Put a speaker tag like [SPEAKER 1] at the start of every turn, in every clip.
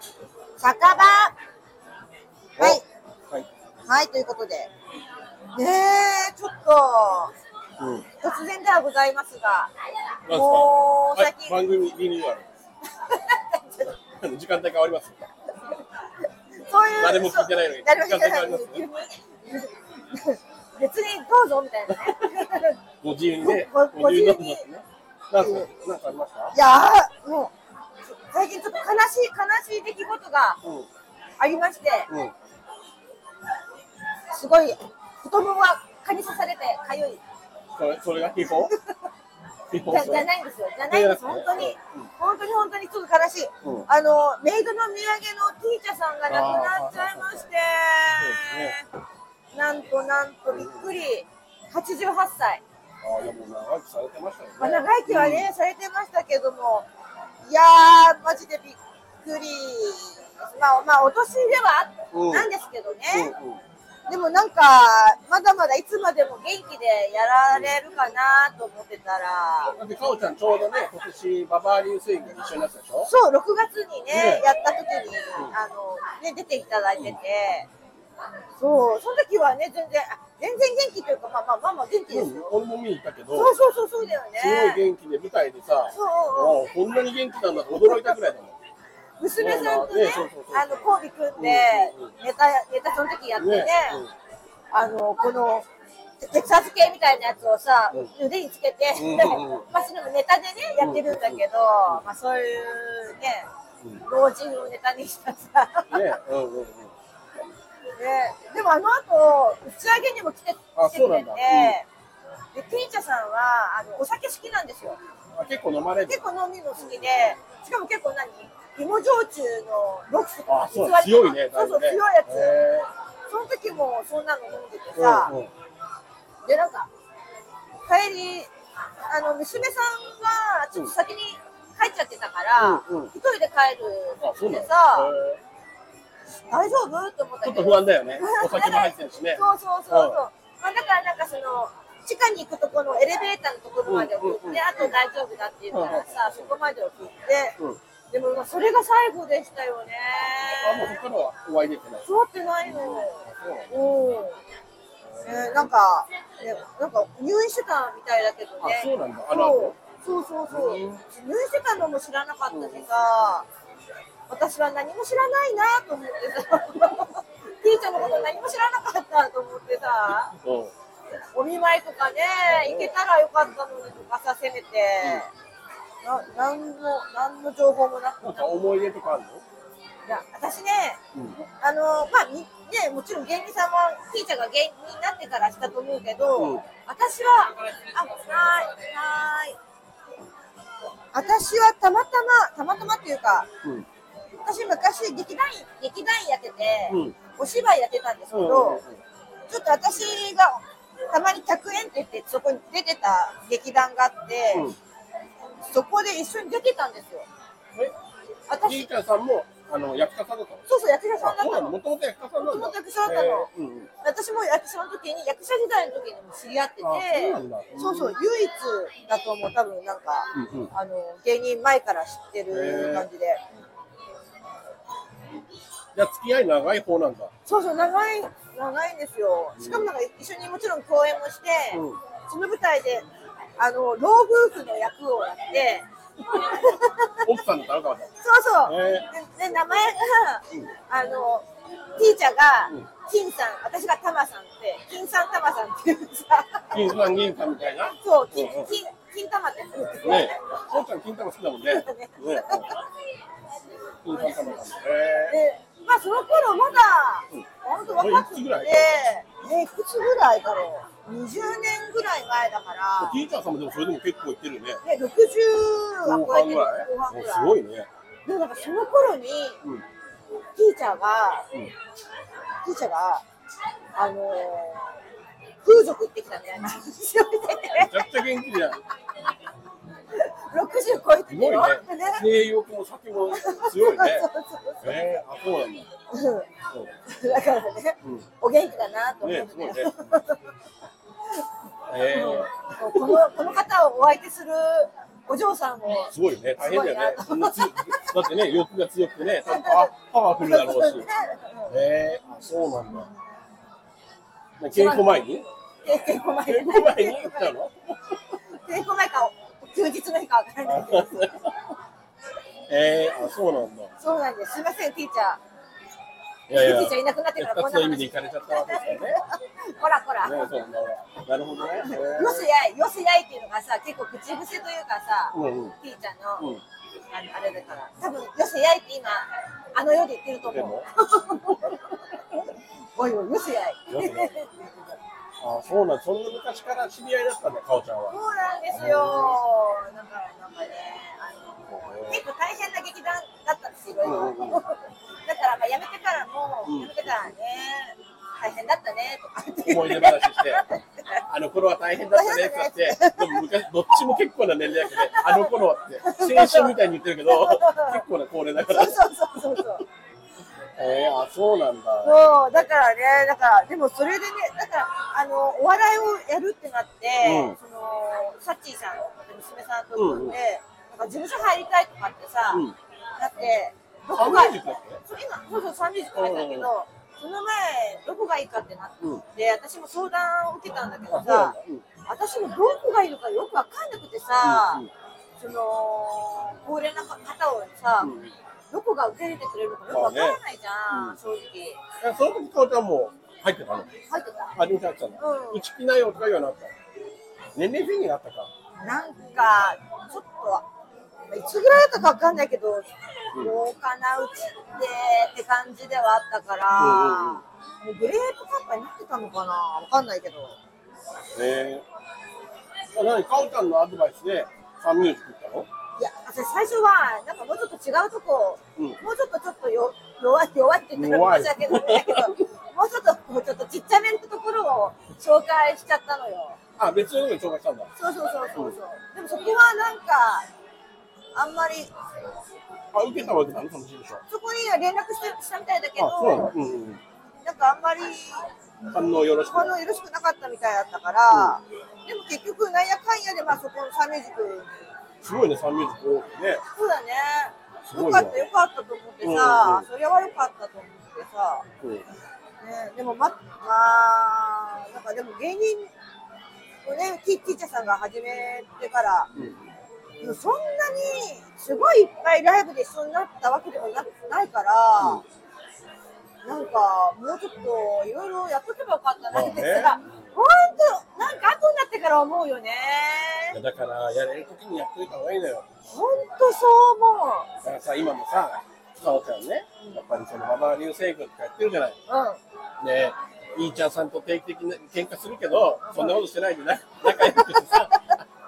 [SPEAKER 1] 酒場はい。
[SPEAKER 2] はい。
[SPEAKER 1] はい、ということで。ねえ、ちょっと、
[SPEAKER 2] うん。
[SPEAKER 1] 突然ではございますが、
[SPEAKER 2] なんですか
[SPEAKER 1] もう
[SPEAKER 2] は
[SPEAKER 1] 最、
[SPEAKER 2] い
[SPEAKER 1] 近、
[SPEAKER 2] 番組リニューアル。あの時間帯変わります。
[SPEAKER 1] そういう、
[SPEAKER 2] 誰も聞いてないのに
[SPEAKER 1] 誰も聞いてないの
[SPEAKER 2] 時間
[SPEAKER 1] に、別にどうぞみたいな ね。
[SPEAKER 2] ご自由にね。
[SPEAKER 1] ごご
[SPEAKER 2] に。なん
[SPEAKER 1] ご自由に
[SPEAKER 2] ですね。なんすか。なんかありますか。
[SPEAKER 1] いやー、もう、最近ちょっと悲しい、悲しい出来事が
[SPEAKER 2] う
[SPEAKER 1] ありまして、
[SPEAKER 2] ん。うん。
[SPEAKER 1] すごい、太ももが蚊に刺されて、かゆい。
[SPEAKER 2] それ、それが秘宝。 秘
[SPEAKER 1] じ
[SPEAKER 2] 宝
[SPEAKER 1] ゃじゃないんですよ。じゃないんです。本当に
[SPEAKER 2] うん。
[SPEAKER 1] 本当に本当にちょっと悲しい。
[SPEAKER 2] うん
[SPEAKER 1] あの、メイドの土産のティーチャさんが亡くなっちゃいまして、なんとなんとびっくり。88歳。
[SPEAKER 2] ああ、いや、もう長生きされてましたよね。
[SPEAKER 1] まあ、長生きはね、されてましたけども、いやー、マジでびっくり。まあ、まあ、お年では
[SPEAKER 2] うん
[SPEAKER 1] なんですけどね。
[SPEAKER 2] うん。うん。うん。
[SPEAKER 1] でもなんか、まだまだいつまでも元気でやられるかなと思ってたら、
[SPEAKER 2] だって、かおちゃん、ちょうどね、今年ババアリンスイング一緒になったでしょ
[SPEAKER 1] そう、6月にね
[SPEAKER 2] ね、
[SPEAKER 1] やった時に、
[SPEAKER 2] ん
[SPEAKER 1] あの、ね、出ていただいてて、そう、その時はね、全然、あ全然元気というか、まあまあまあまあ元気です
[SPEAKER 2] うん
[SPEAKER 1] よ。、
[SPEAKER 2] 俺も見に行ったけど。
[SPEAKER 1] そうそうそう、そうだよ
[SPEAKER 2] すごい
[SPEAKER 1] ね。
[SPEAKER 2] 元気で舞台でさ、
[SPEAKER 1] そう
[SPEAKER 2] ああこんなに元気なんだって驚いたぐらいだもん。
[SPEAKER 1] 娘さんとね
[SPEAKER 2] ねそうそうそう、
[SPEAKER 1] あの、コービ組んで
[SPEAKER 2] うんうんうん、
[SPEAKER 1] ネタ、ネタその時やってね、
[SPEAKER 2] うん
[SPEAKER 1] あの、この、テキサス系みたいなやつをさ、
[SPEAKER 2] う
[SPEAKER 1] 腕につけて、
[SPEAKER 2] うんうん
[SPEAKER 1] まあ、それもネタでね、やってるんだけど、まあ、そういうね、老人をネタにしたさ、
[SPEAKER 2] ね、うんうんうん。
[SPEAKER 1] ね、でもあの後打ち上げにも来て
[SPEAKER 2] あ
[SPEAKER 1] 来てくれて、
[SPEAKER 2] そうなんだ
[SPEAKER 1] でティーチャさんはあのお酒好きなんですよ
[SPEAKER 2] あ結構飲まれる
[SPEAKER 1] 結。構飲みの好きでしかも結構何芋焼酎のロックスとか、
[SPEAKER 2] あそう
[SPEAKER 1] 偽りとか
[SPEAKER 2] 強いね。
[SPEAKER 1] そうそう強
[SPEAKER 2] だ
[SPEAKER 1] い
[SPEAKER 2] ぶね
[SPEAKER 1] やつ、
[SPEAKER 2] へ
[SPEAKER 1] その時もそんなの飲んでて
[SPEAKER 2] え
[SPEAKER 1] さ、
[SPEAKER 2] うんうん
[SPEAKER 1] でなんか帰りあの娘さんがちょっと先に帰っちゃってたから、
[SPEAKER 2] うんうん
[SPEAKER 1] 一人で帰
[SPEAKER 2] あ、そう
[SPEAKER 1] る
[SPEAKER 2] な
[SPEAKER 1] で
[SPEAKER 2] んだ。
[SPEAKER 1] さ、
[SPEAKER 2] へえ
[SPEAKER 1] 大丈夫と思った
[SPEAKER 2] ちょ
[SPEAKER 1] けど
[SPEAKER 2] っと不安だよね。お酒も入ってるしね。
[SPEAKER 1] そうそうそうそう。まあだからなんかその地下に行くとこのエレベーターのところまで送って、
[SPEAKER 2] うんうんうん
[SPEAKER 1] あと大丈夫だっていうからさ、そこまで送って、
[SPEAKER 2] うん。あ、
[SPEAKER 1] でもまあそれが最後でしたよね。
[SPEAKER 2] もうそこからはお会いできてない。
[SPEAKER 1] 座ってないの。
[SPEAKER 2] そう
[SPEAKER 1] おお。ね、なんか、ね、なんか入院してたみたいだけどね。
[SPEAKER 2] あそうなんだあの
[SPEAKER 1] そ
[SPEAKER 2] 後
[SPEAKER 1] うそうそうそう。
[SPEAKER 2] う
[SPEAKER 1] 入
[SPEAKER 2] ん
[SPEAKER 1] 院してたのも知らなかったしさ、私は何も知らないなと思ってさ、 ティーチャーのこと何も知らなかったと思ってさ、
[SPEAKER 2] うん。
[SPEAKER 1] お見舞いとかね、行けたらよかったのにとかさ、せめて、ななんの、なんの情報もなく
[SPEAKER 2] なんか思い出とかあるの
[SPEAKER 1] いや私ね、
[SPEAKER 2] うん
[SPEAKER 1] あのまあみねもちろん芸人さんはひーちゃんが芸人になってからしたと思うけど、
[SPEAKER 2] うん
[SPEAKER 1] 私はあはーいはーい私はたまたまたまたまっていうか
[SPEAKER 2] うん。
[SPEAKER 1] 私昔劇団員劇団員やってて、
[SPEAKER 2] うん
[SPEAKER 1] お芝居やってたんですけ
[SPEAKER 2] うん
[SPEAKER 1] ど、ちょっと私がたまに客演って言ってそこに出てた劇団があって、
[SPEAKER 2] うん。うん。
[SPEAKER 1] そこで一緒に出てたんですよ
[SPEAKER 2] え、ひ
[SPEAKER 1] 私
[SPEAKER 2] ーちゃんさんも、あの、役者さんだったの
[SPEAKER 1] そうそう役者さ
[SPEAKER 2] あ
[SPEAKER 1] んだっ
[SPEAKER 2] そ
[SPEAKER 1] た
[SPEAKER 2] う
[SPEAKER 1] の
[SPEAKER 2] なの。もともと役者さんなん
[SPEAKER 1] 元
[SPEAKER 2] だ。
[SPEAKER 1] 々役者だったの
[SPEAKER 2] へえうんうん。
[SPEAKER 1] 私も役者の時に役者時代の時にも知り合ってて
[SPEAKER 2] あそうなんだ
[SPEAKER 1] そうそう唯一だと思う多分なんか、
[SPEAKER 2] うんうん
[SPEAKER 1] あの芸人前から知ってる感じで
[SPEAKER 2] じゃあ付き合い長い方なんだ。
[SPEAKER 1] そうそう長い長いんですよしかもなんか一緒にもちろん公演もして、
[SPEAKER 2] うん
[SPEAKER 1] その舞台であの老夫婦の役をやって
[SPEAKER 2] 奥さんだったのかおちゃん。
[SPEAKER 1] そうそう、
[SPEAKER 2] へ
[SPEAKER 1] でで名前が
[SPEAKER 2] うん
[SPEAKER 1] あのティーチャーが
[SPEAKER 2] うん
[SPEAKER 1] 金さん私がタマさんって金さんタマさんっていうさ
[SPEAKER 2] 金さん銀さんみたいな。
[SPEAKER 1] そう、金、
[SPEAKER 2] うんうん
[SPEAKER 1] 金、金玉ってやつです
[SPEAKER 2] ね
[SPEAKER 1] ね
[SPEAKER 2] え。、こうちゃん金玉好きだもんね。ねえ、ね金玉玉。
[SPEAKER 1] で、
[SPEAKER 2] え
[SPEAKER 1] まあ、その頃まだ、本当若くて、
[SPEAKER 2] い
[SPEAKER 1] ね
[SPEAKER 2] くつぐらい
[SPEAKER 1] え、いくつぐらいだろう。20年ぐらい前だか
[SPEAKER 2] え。
[SPEAKER 1] ら、
[SPEAKER 2] ティーチャーさんもでもそれでも結構いってるよね。
[SPEAKER 1] ね、60は
[SPEAKER 2] 後
[SPEAKER 1] 超え
[SPEAKER 2] 半
[SPEAKER 1] て
[SPEAKER 2] ぐ
[SPEAKER 1] る、
[SPEAKER 2] らい。
[SPEAKER 1] 後半
[SPEAKER 2] もう
[SPEAKER 1] ぐ
[SPEAKER 2] す
[SPEAKER 1] ら
[SPEAKER 2] ご
[SPEAKER 1] い。
[SPEAKER 2] いね。
[SPEAKER 1] でもなんかその頃に、
[SPEAKER 2] うん。
[SPEAKER 1] ティーチャーが、
[SPEAKER 2] うん
[SPEAKER 1] ティーチャーが、あのー、風俗行ってきたみたいな 話をして
[SPEAKER 2] め
[SPEAKER 1] て、
[SPEAKER 2] ちゃくちゃ元気じゃん。す
[SPEAKER 1] 60超えてる
[SPEAKER 2] ごい
[SPEAKER 1] よ。
[SPEAKER 2] ね。性欲も酒も強い ね。
[SPEAKER 1] そうそうそう
[SPEAKER 2] ええ、あ、そうなんだ。
[SPEAKER 1] うん
[SPEAKER 2] そう
[SPEAKER 1] だからね、
[SPEAKER 2] うん
[SPEAKER 1] お元気だなと思っ
[SPEAKER 2] ね
[SPEAKER 1] て、
[SPEAKER 2] すごいね。ええ。
[SPEAKER 1] このこの方をお相手するお嬢さんも。
[SPEAKER 2] すごいよね、大変だよね。
[SPEAKER 1] すご
[SPEAKER 2] うんつだってね、欲が強くてね、多分パパワフルだろうし。えー、あそうなんだ。稽古前に
[SPEAKER 1] 稽古前
[SPEAKER 2] 稽古前に行ったの
[SPEAKER 1] 稽古前か、休日の日かわからないけど。
[SPEAKER 2] えー、あそうなんだ。
[SPEAKER 1] そうなんです。すいません、ティーチャー。
[SPEAKER 2] いやいや、
[SPEAKER 1] ティーチャーいなくなってからこん
[SPEAKER 2] 二つ
[SPEAKER 1] な
[SPEAKER 2] の
[SPEAKER 1] 話
[SPEAKER 2] 意味で行かれちゃったわけですよね。
[SPEAKER 1] こらこら。
[SPEAKER 2] ねそうなんだなるほどね。えー
[SPEAKER 1] よせやい、よせやいっていうのがさ、結構口癖というかさ、
[SPEAKER 2] うんうん
[SPEAKER 1] ティーチャーの、
[SPEAKER 2] うん
[SPEAKER 1] あのあれだから、多分よせやいって今、あの世で言ってると
[SPEAKER 2] で
[SPEAKER 1] 思う。
[SPEAKER 2] も
[SPEAKER 1] おいおい、よせやい。
[SPEAKER 2] よせやいあそうなんそんな昔から知り合いだったんだ、かおちゃんは。
[SPEAKER 1] そうなんですよ。だからなんかね、あの結構大変な劇団だったんですよ。いろい
[SPEAKER 2] うんうんうん
[SPEAKER 1] ろだからまあ辞めてからも、辞めてからね、大変だったねとかって言って。
[SPEAKER 2] 思い出話して、あの頃は大変だったねって言って、でも昔、どっちも結構な年齢だけどね、あの頃はって、青春みたいに言ってるけど、結構な高齢だから。
[SPEAKER 1] そうそうそうそう。
[SPEAKER 2] えー、あ、そうなんだ。
[SPEAKER 1] そうだからね、だからでもそれでね、だからあのお笑いをやるってなって、
[SPEAKER 2] うん
[SPEAKER 1] そのサッチーさんの娘さんと
[SPEAKER 2] うんうん
[SPEAKER 1] で、なんか事務所入りたいとかってさ、
[SPEAKER 2] うん
[SPEAKER 1] だってど
[SPEAKER 2] サ
[SPEAKER 1] こ
[SPEAKER 2] ン
[SPEAKER 1] が
[SPEAKER 2] ミュージックだっ
[SPEAKER 1] そう今そうそうサンミュージック入ったけど、
[SPEAKER 2] うん
[SPEAKER 1] その前どこがいいかってなって、
[SPEAKER 2] うん
[SPEAKER 1] 私も相談を受けたんだけ
[SPEAKER 2] け
[SPEAKER 1] ど
[SPEAKER 2] あ、そうなん
[SPEAKER 1] さ
[SPEAKER 2] だ。、うん
[SPEAKER 1] 私もどこがいいのかよくわかんなくてさ、その高齢な方をさ、
[SPEAKER 2] うんうん
[SPEAKER 1] どこが受け入れてくれるのかよくわからないじゃん、正直。
[SPEAKER 2] えその時、かおちゃんも入ってたの
[SPEAKER 1] 入ってた
[SPEAKER 2] 初めて入ってたの。
[SPEAKER 1] うん
[SPEAKER 2] うち来ないよとか言わなかった。年齢制限があったか。
[SPEAKER 1] なんか、ちょっと、いつぐらいだったかわかんないけど、どうかな、うちってって感じではあったから、もうグレープカッパーになってたのかな、わかんないけど。
[SPEAKER 2] えー、あ何、かおちゃんのアドバイスでサンミュージック行ったの
[SPEAKER 1] いや、私最初は、なんかもうちょっと違うとこ、
[SPEAKER 2] うん
[SPEAKER 1] もうちょっとちょっとよ弱い、弱いって言ったら申し訳ないんだけど、もうちょっと、もうちょっとちっちゃめのところを紹介しちゃったのよ。
[SPEAKER 2] あ、別のとこに紹介したんだ。
[SPEAKER 1] そうそうそうそうそう。でもそこはなんか、あんまり、
[SPEAKER 2] あ、受けたわけだね、その事務所。
[SPEAKER 1] そこには連絡してしたみたいだけど、
[SPEAKER 2] あ、そうなんだ。うんうんうん。
[SPEAKER 1] なんかあんまり
[SPEAKER 2] 反応よろしく。
[SPEAKER 1] 反応よろしくなかったみたいだったから、でも結局なんやかんやでまあそこのサンミュージックに
[SPEAKER 2] すごいね、サンミュージック多くてね。
[SPEAKER 1] そうだね
[SPEAKER 2] す
[SPEAKER 1] よ
[SPEAKER 2] ごい
[SPEAKER 1] か
[SPEAKER 2] わ
[SPEAKER 1] ったよかったと思ってさ、
[SPEAKER 2] うん
[SPEAKER 1] それはよかったと思ってさ、
[SPEAKER 2] うん。
[SPEAKER 1] ね、でもままあなんかでも芸人をねティティーチャーさんが始めてからでもそんなにすごいいっぱいライブで一緒になったわけでもなないから、なんかもうちょっといろいろやっとけばよかったなって
[SPEAKER 2] ま
[SPEAKER 1] さ、
[SPEAKER 2] あね
[SPEAKER 1] ほんとなんか後になってから思うよね
[SPEAKER 2] うん。だから、やれる時にやっといた方がいいのよ。
[SPEAKER 1] ほんとそう思
[SPEAKER 2] だからさ、今もさ、かおちゃんね、やっぱりそのまま流星群とかやってるじゃない。
[SPEAKER 1] うう
[SPEAKER 2] ねえ、いいちゃんさんと定期的に喧嘩するけど、そんなことしてないでな仲良くしてさ、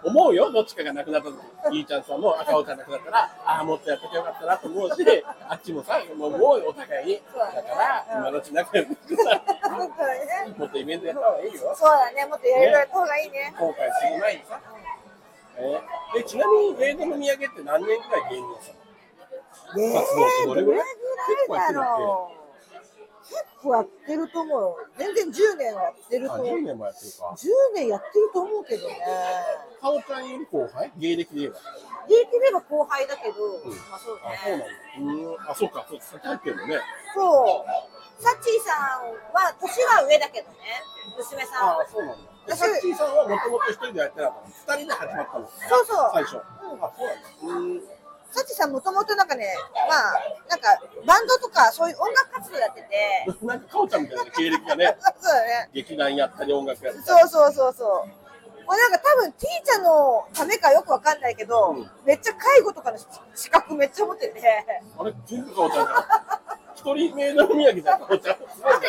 [SPEAKER 2] 思うよ、どっちかが亡くなった時。いいちゃんさんも赤尾ちゃん亡くなったら、ああ、もっとやっててよかったなと思うし、あっちもさ、もう思うよ、お互いに。だから、今のうち仲良くしてさ、
[SPEAKER 1] ん本当にね
[SPEAKER 2] もっとイベントやった方がいいよ。
[SPEAKER 1] そうだねもっといろいろやった方がいいね
[SPEAKER 2] 後悔する前にさ。えーえちなみに、芸能の土産って何年くらい芸人さん
[SPEAKER 1] えー、
[SPEAKER 2] 活動って
[SPEAKER 1] ど
[SPEAKER 2] ど
[SPEAKER 1] れ
[SPEAKER 2] れ
[SPEAKER 1] ぐ
[SPEAKER 2] ぐ
[SPEAKER 1] ら
[SPEAKER 2] ら
[SPEAKER 1] い
[SPEAKER 2] い
[SPEAKER 1] だろう結構やってると思うよ全然10年はやってると
[SPEAKER 2] あ
[SPEAKER 1] 思う
[SPEAKER 2] 10
[SPEAKER 1] 10
[SPEAKER 2] 年もやってるか。
[SPEAKER 1] 年やってると思うけどね
[SPEAKER 2] かおちゃんより後輩芸歴で言えば。
[SPEAKER 1] 言えてれば後輩だけど、
[SPEAKER 2] ん
[SPEAKER 1] まあそう
[SPEAKER 2] あ、そうなん
[SPEAKER 1] ね
[SPEAKER 2] だ。うん。あ、そうか。そう、先入ってるのね。
[SPEAKER 1] そうサッチーさんは年は上だけどね娘さん
[SPEAKER 2] あ
[SPEAKER 1] は
[SPEAKER 2] そうなんだ。
[SPEAKER 1] 私
[SPEAKER 2] サッチーさんはもともと一人でやってなかったの。二人で始まったの。
[SPEAKER 1] そうそう
[SPEAKER 2] 最初。あ、そうなんだ。
[SPEAKER 1] サッチーさんもともとなんかねまあなんかバンドとかそういう音楽活動やってて、
[SPEAKER 2] うん。なんかかおちゃんみたいな経歴がね
[SPEAKER 1] そうだね
[SPEAKER 2] 劇団やったり音楽やったり。
[SPEAKER 1] そうそうそうそう。もうなんか多分ティーチャーのためかよくわかんないけど、
[SPEAKER 2] うん
[SPEAKER 1] めっちゃ介護とかの資格めっちゃ持って て。
[SPEAKER 2] あれ、全部かおちゃんじゃん。一人目の宮城じゃん、かおちゃん。す
[SPEAKER 1] なん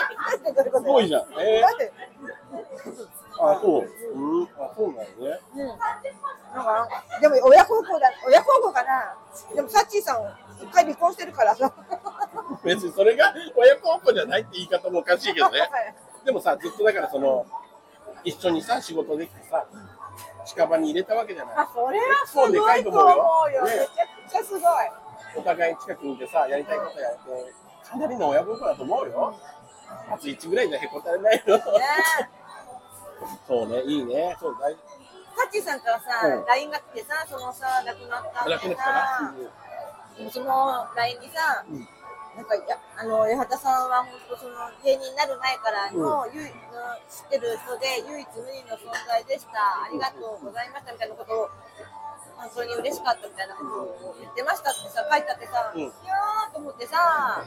[SPEAKER 1] でなんでどういうこと
[SPEAKER 2] ご いじゃん。え
[SPEAKER 1] なんで
[SPEAKER 2] ー、あ、そう。うん。あ、そうなんだね。
[SPEAKER 1] うん。なんかなんかでも親孝行だ親孝行かな。でもサッチーさん一回離婚してるからさ。
[SPEAKER 2] 別にそれが親孝行じゃないって言い方もおかしいけどね。でもさ、ずっとだからその、一緒にさ、仕事できてさ、近場に入れたわけじゃない。
[SPEAKER 1] あそれはすごいと思うよ。め
[SPEAKER 2] ね
[SPEAKER 1] ちゃくちゃすごい。
[SPEAKER 2] お互い近くにいてさ、やりたいことやって、かなりの親孝行だと思うよ。あと1ぐらいじゃへこたれないよ。
[SPEAKER 1] ねえ。
[SPEAKER 2] そうね、いいね。そう、大事。
[SPEAKER 1] タッチーさんからさ、
[SPEAKER 2] うん
[SPEAKER 1] LINE が来てさ、そのさ、亡くなったん
[SPEAKER 2] 楽な
[SPEAKER 1] で
[SPEAKER 2] ったな
[SPEAKER 1] さ、。でもその LINE にさ、
[SPEAKER 2] うん
[SPEAKER 1] なんかやあの八幡さんは本当その芸人になる前からの,、唯の知ってる人で唯一無二の存在でした、ありがとうございましたみたいなことを、本当に嬉しかったみたいなことを言ってましたってさ、書いてあってさ、
[SPEAKER 2] うん
[SPEAKER 1] いやーと思ってさ、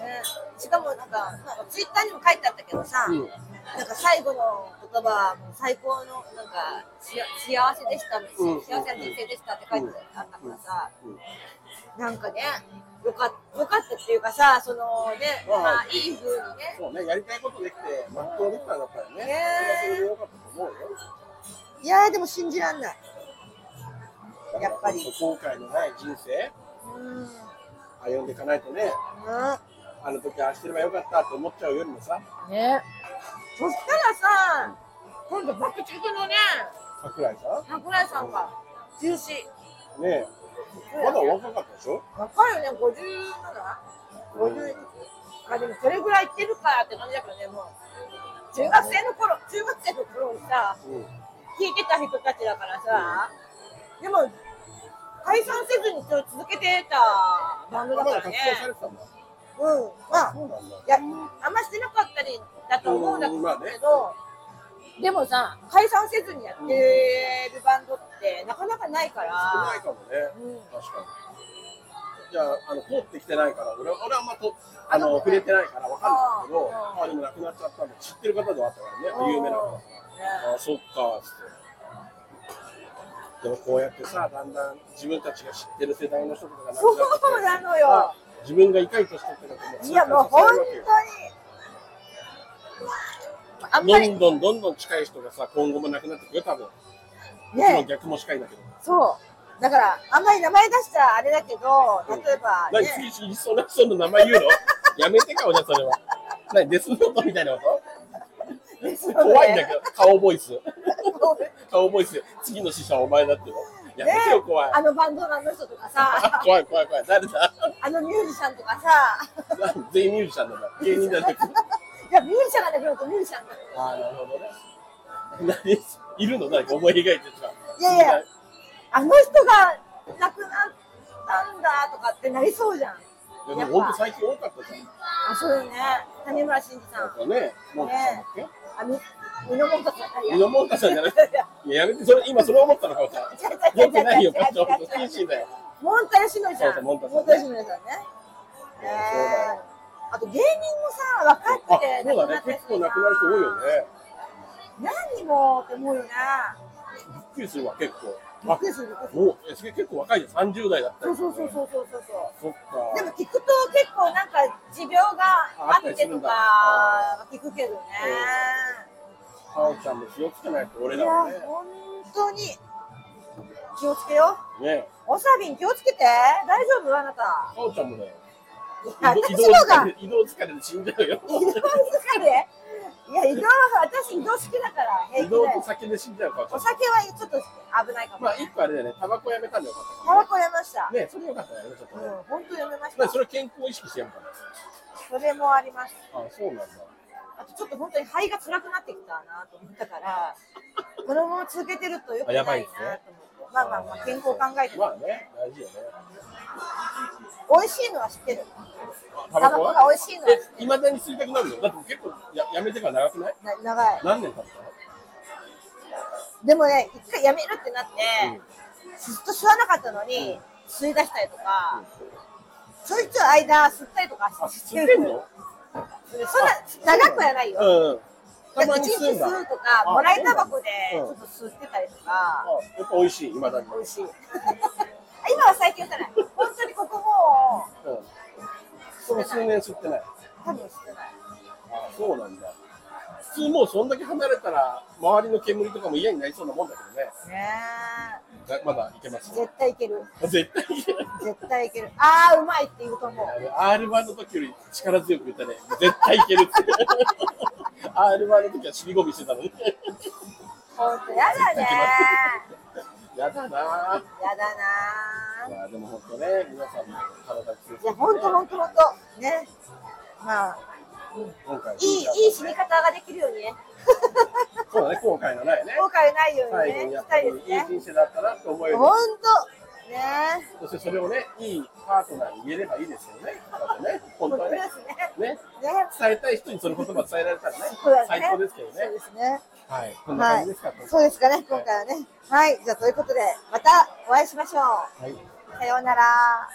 [SPEAKER 1] ね、しかもなんか、なんかツイッターにも書いてあったけどさ、
[SPEAKER 2] うん
[SPEAKER 1] なんか最後の言葉、もう最高のなんかし幸せでした、
[SPEAKER 2] うん
[SPEAKER 1] 幸せな人生でしたって書いてあったからさ。
[SPEAKER 2] うん
[SPEAKER 1] なんかね、よかっよかったっていうかさ、そのね、
[SPEAKER 2] まあ
[SPEAKER 1] まあ、いい風にね、
[SPEAKER 2] そうね、やりたいことできて、全うできたんだったら
[SPEAKER 1] ね
[SPEAKER 2] ね、それはそれで良かったと思うよ。
[SPEAKER 1] いやー、でも信じらんない、やっぱり
[SPEAKER 2] だからこそ後悔のない人生、
[SPEAKER 1] うん、うん、
[SPEAKER 2] 歩んでいかないとね、あの時ああしてればよかったと思っちゃうよりもさ、
[SPEAKER 1] ね、そしたらさ、今度、爆竹のね、
[SPEAKER 2] 桜井さ
[SPEAKER 1] 桜井さんが中止、
[SPEAKER 2] ん、ねえ、まだお若かったでしょ
[SPEAKER 1] 若いよね、57、52、あでもそれぐらいいってるからって感じだからね、もう、中学生の頃中学生の頃にさ、
[SPEAKER 2] うん。
[SPEAKER 1] 聞いてた人たちだからさ、でも解散せずにそれ続けてたバンドだ
[SPEAKER 2] ま
[SPEAKER 1] か
[SPEAKER 2] だ
[SPEAKER 1] ら
[SPEAKER 2] 活
[SPEAKER 1] ね
[SPEAKER 2] 動されてたんだ。
[SPEAKER 1] うんまあ
[SPEAKER 2] そうなんだ。
[SPEAKER 1] いやあんましてなかったりだと思うんだけど、
[SPEAKER 2] うんまあね
[SPEAKER 1] でもさ解散せずにやってるバンドってなかなかないか
[SPEAKER 2] 少ない
[SPEAKER 1] ら
[SPEAKER 2] かも
[SPEAKER 1] うん
[SPEAKER 2] ね、確かに。じゃあ、あの、通ってきてないから、俺は、俺はあんまと、あ
[SPEAKER 1] あ
[SPEAKER 2] の、
[SPEAKER 1] の
[SPEAKER 2] 触れてないからわかんないけど、
[SPEAKER 1] あ
[SPEAKER 2] あでも亡くなっちゃったんで、知ってる方ではあったから
[SPEAKER 1] うん
[SPEAKER 2] ね、有名な方だから。ああそっかつってでもこうやってさだんだん自分たちが知ってる世代の人とかが亡くなってきて
[SPEAKER 1] そうなのよ
[SPEAKER 2] 自分がいかに年取ってるかも
[SPEAKER 1] いやもう本当にあんまり
[SPEAKER 2] どんどんどんどん近い人がさ今後も亡くなってくるよ多分もちろん
[SPEAKER 1] ね
[SPEAKER 2] 逆も近いんだけど、
[SPEAKER 1] そうだからあんまり名前出したらあれだけど
[SPEAKER 2] うん
[SPEAKER 1] 例えば
[SPEAKER 2] 何
[SPEAKER 1] ね
[SPEAKER 2] 次理想な人の名前言うのやめてかおじゃあそれは何デスノートみたいなこと怖いんだけど顔ボイス顔ボイスで次の死者はお前だってよやめてよ怖い、
[SPEAKER 1] あのバンドのあの人とかさ
[SPEAKER 2] 怖い怖い怖い誰だ
[SPEAKER 1] あのミュージシャンとかさ
[SPEAKER 2] 全員ミュージシャンなんだ芸人じゃなくて
[SPEAKER 1] いやミュージシャンがなくなるとミュージシャンだ
[SPEAKER 2] ああ、なるほどね。何いるの何か思い描いてるか。
[SPEAKER 1] いやいやあの人が亡くなったんだとかってなりそうじゃん
[SPEAKER 2] いやでも本当最近多かったじゃん。
[SPEAKER 1] あそうよね谷村新司さ
[SPEAKER 2] な
[SPEAKER 1] ん
[SPEAKER 2] んかね、もうさんだっけ
[SPEAKER 1] あみ身のもんたさん
[SPEAKER 2] 身のもんたさんじゃなくて。いや、やめて、それ、今それ思ったのかもさん。よくないよ、課長。不謹慎だよ。
[SPEAKER 1] モンタヨシノリさ
[SPEAKER 2] そうんそうモンタヨシノリ
[SPEAKER 1] モンタヨシノリさんねえ
[SPEAKER 2] そうだよ。
[SPEAKER 1] ーあと芸人もさ若
[SPEAKER 2] あ
[SPEAKER 1] くて、
[SPEAKER 2] そうだね。
[SPEAKER 1] 人
[SPEAKER 2] 結構亡くなる人多いよね。
[SPEAKER 1] 何もって思うよね
[SPEAKER 2] びっくりするわ、結構。
[SPEAKER 1] びっ
[SPEAKER 2] あ
[SPEAKER 1] く、りするびっくりする
[SPEAKER 2] もう、えすげえ結構若いじゃん。30代だった
[SPEAKER 1] そ
[SPEAKER 2] よ
[SPEAKER 1] うそうそうそうそうそうそう
[SPEAKER 2] そっ
[SPEAKER 1] でも
[SPEAKER 2] か。
[SPEAKER 1] 聞くと結構なんか持病があってとかは聞くけどね。
[SPEAKER 2] かおちゃんも気をつけないと
[SPEAKER 1] い
[SPEAKER 2] 俺
[SPEAKER 1] や
[SPEAKER 2] だもんね。
[SPEAKER 1] 本当に気をつけよう。
[SPEAKER 2] ね
[SPEAKER 1] おさびん気をつけて。大丈夫あなた。
[SPEAKER 2] かおちゃんもだよ。
[SPEAKER 1] いや
[SPEAKER 2] 移
[SPEAKER 1] 私
[SPEAKER 2] 動
[SPEAKER 1] の方
[SPEAKER 2] 疲
[SPEAKER 1] が
[SPEAKER 2] れ移動疲れで死んじゃうよ。
[SPEAKER 1] 移動疲れ。いや移動私移動好きだから平
[SPEAKER 2] 移
[SPEAKER 1] 気
[SPEAKER 2] 動
[SPEAKER 1] だ
[SPEAKER 2] と
[SPEAKER 1] よ。
[SPEAKER 2] 酒で死んじゃうかおちゃ
[SPEAKER 1] お
[SPEAKER 2] ん。
[SPEAKER 1] 酒はちょっと危ないかも。
[SPEAKER 2] まあ一個あれだよね、タバコやめたんでよかった
[SPEAKER 1] タ
[SPEAKER 2] か
[SPEAKER 1] バ
[SPEAKER 2] ら
[SPEAKER 1] コやめました。
[SPEAKER 2] ね。ね、それよかったよね、ちょっと
[SPEAKER 1] う
[SPEAKER 2] ね。
[SPEAKER 1] ん本当やめまし
[SPEAKER 2] ま
[SPEAKER 1] た。
[SPEAKER 2] あそ
[SPEAKER 1] そ
[SPEAKER 2] れ健康意識してやるからです。
[SPEAKER 1] れもあります。
[SPEAKER 2] あそうなんだ。
[SPEAKER 1] あとちょっと本当に肺が辛くなってきたなと思った から、このまま続けてるとよくないなと思って、ま
[SPEAKER 2] あやばいで
[SPEAKER 1] あまあまあ健康を考えて、
[SPEAKER 2] まあね、大事よね。
[SPEAKER 1] 美味しいのは知ってる。
[SPEAKER 2] タ
[SPEAKER 1] バコが美味しいの
[SPEAKER 2] え、いまだに吸いたくなるのだって結構ややめてから長くない
[SPEAKER 1] な長い。
[SPEAKER 2] 何年経った
[SPEAKER 1] でもね、一回やめるってなって、ずっと吸わなかったのに、吸い出したりとか、ちょいちょい間吸ったりとか
[SPEAKER 2] あ、
[SPEAKER 1] し
[SPEAKER 2] 吸
[SPEAKER 1] て
[SPEAKER 2] って
[SPEAKER 1] る
[SPEAKER 2] んの
[SPEAKER 1] そんな長くはないよ。
[SPEAKER 2] うん。たまに
[SPEAKER 1] 一
[SPEAKER 2] 吸うん
[SPEAKER 1] 日
[SPEAKER 2] だ。
[SPEAKER 1] 吸うとか、
[SPEAKER 2] あ
[SPEAKER 1] もらいタバコでち
[SPEAKER 2] そうな
[SPEAKER 1] ょ
[SPEAKER 2] ん
[SPEAKER 1] っ
[SPEAKER 2] だ
[SPEAKER 1] と吸ってたりとか。
[SPEAKER 2] うんあやっぱ美味しい、いまだに。
[SPEAKER 1] 美味しい。今は最強じゃない。本当にここもう
[SPEAKER 2] うん。その数年吸ってない。
[SPEAKER 1] 多分してない。
[SPEAKER 2] あそうなんだ。普通もうそんだけ離れたら、周りの煙とかも嫌になりそうなもんだけどね。
[SPEAKER 1] ね
[SPEAKER 2] だまだいけます
[SPEAKER 1] え。。絶対いける。
[SPEAKER 2] 絶対いけない。
[SPEAKER 1] 絶対いける。ああ、うまいって言うと思う。
[SPEAKER 2] R1 の時より力強く言ったね。絶対いけるって。R1 の時は尻込みしてたのに。
[SPEAKER 1] 本当やだね。
[SPEAKER 2] や
[SPEAKER 1] やだ
[SPEAKER 2] だなぁ。
[SPEAKER 1] な。
[SPEAKER 2] まあでも本当ね、皆さんも体気をつけ
[SPEAKER 1] い
[SPEAKER 2] て、
[SPEAKER 1] や、
[SPEAKER 2] ね。
[SPEAKER 1] 本当本当本当。ね。まあ、
[SPEAKER 2] 今回の
[SPEAKER 1] いい、い
[SPEAKER 2] ティーチャーさん
[SPEAKER 1] い死に方ができるようにね。
[SPEAKER 2] そうだね、後悔のないね。
[SPEAKER 1] 後悔ないように
[SPEAKER 2] 最後
[SPEAKER 1] ね、
[SPEAKER 2] にやっ
[SPEAKER 1] し
[SPEAKER 2] ぱ
[SPEAKER 1] たい
[SPEAKER 2] りい
[SPEAKER 1] で
[SPEAKER 2] い
[SPEAKER 1] すね。
[SPEAKER 2] 人生だったなと思える。
[SPEAKER 1] 本当。ね
[SPEAKER 2] そしてそれをね、いいパートナーに言えればいいですよね。だってね、本当はね。
[SPEAKER 1] ですね。
[SPEAKER 2] ね、
[SPEAKER 1] ね。
[SPEAKER 2] 伝えたい人にその言葉伝えられたらね
[SPEAKER 1] そうだね、
[SPEAKER 2] 最高ですけどね
[SPEAKER 1] そう。ですね。
[SPEAKER 2] はい、こんな
[SPEAKER 1] は
[SPEAKER 2] 感
[SPEAKER 1] い
[SPEAKER 2] じですか。。
[SPEAKER 1] そうですかね、今回はね。はい、じゃあということで、またお会いしましょ
[SPEAKER 2] はい。
[SPEAKER 1] う。さようなら。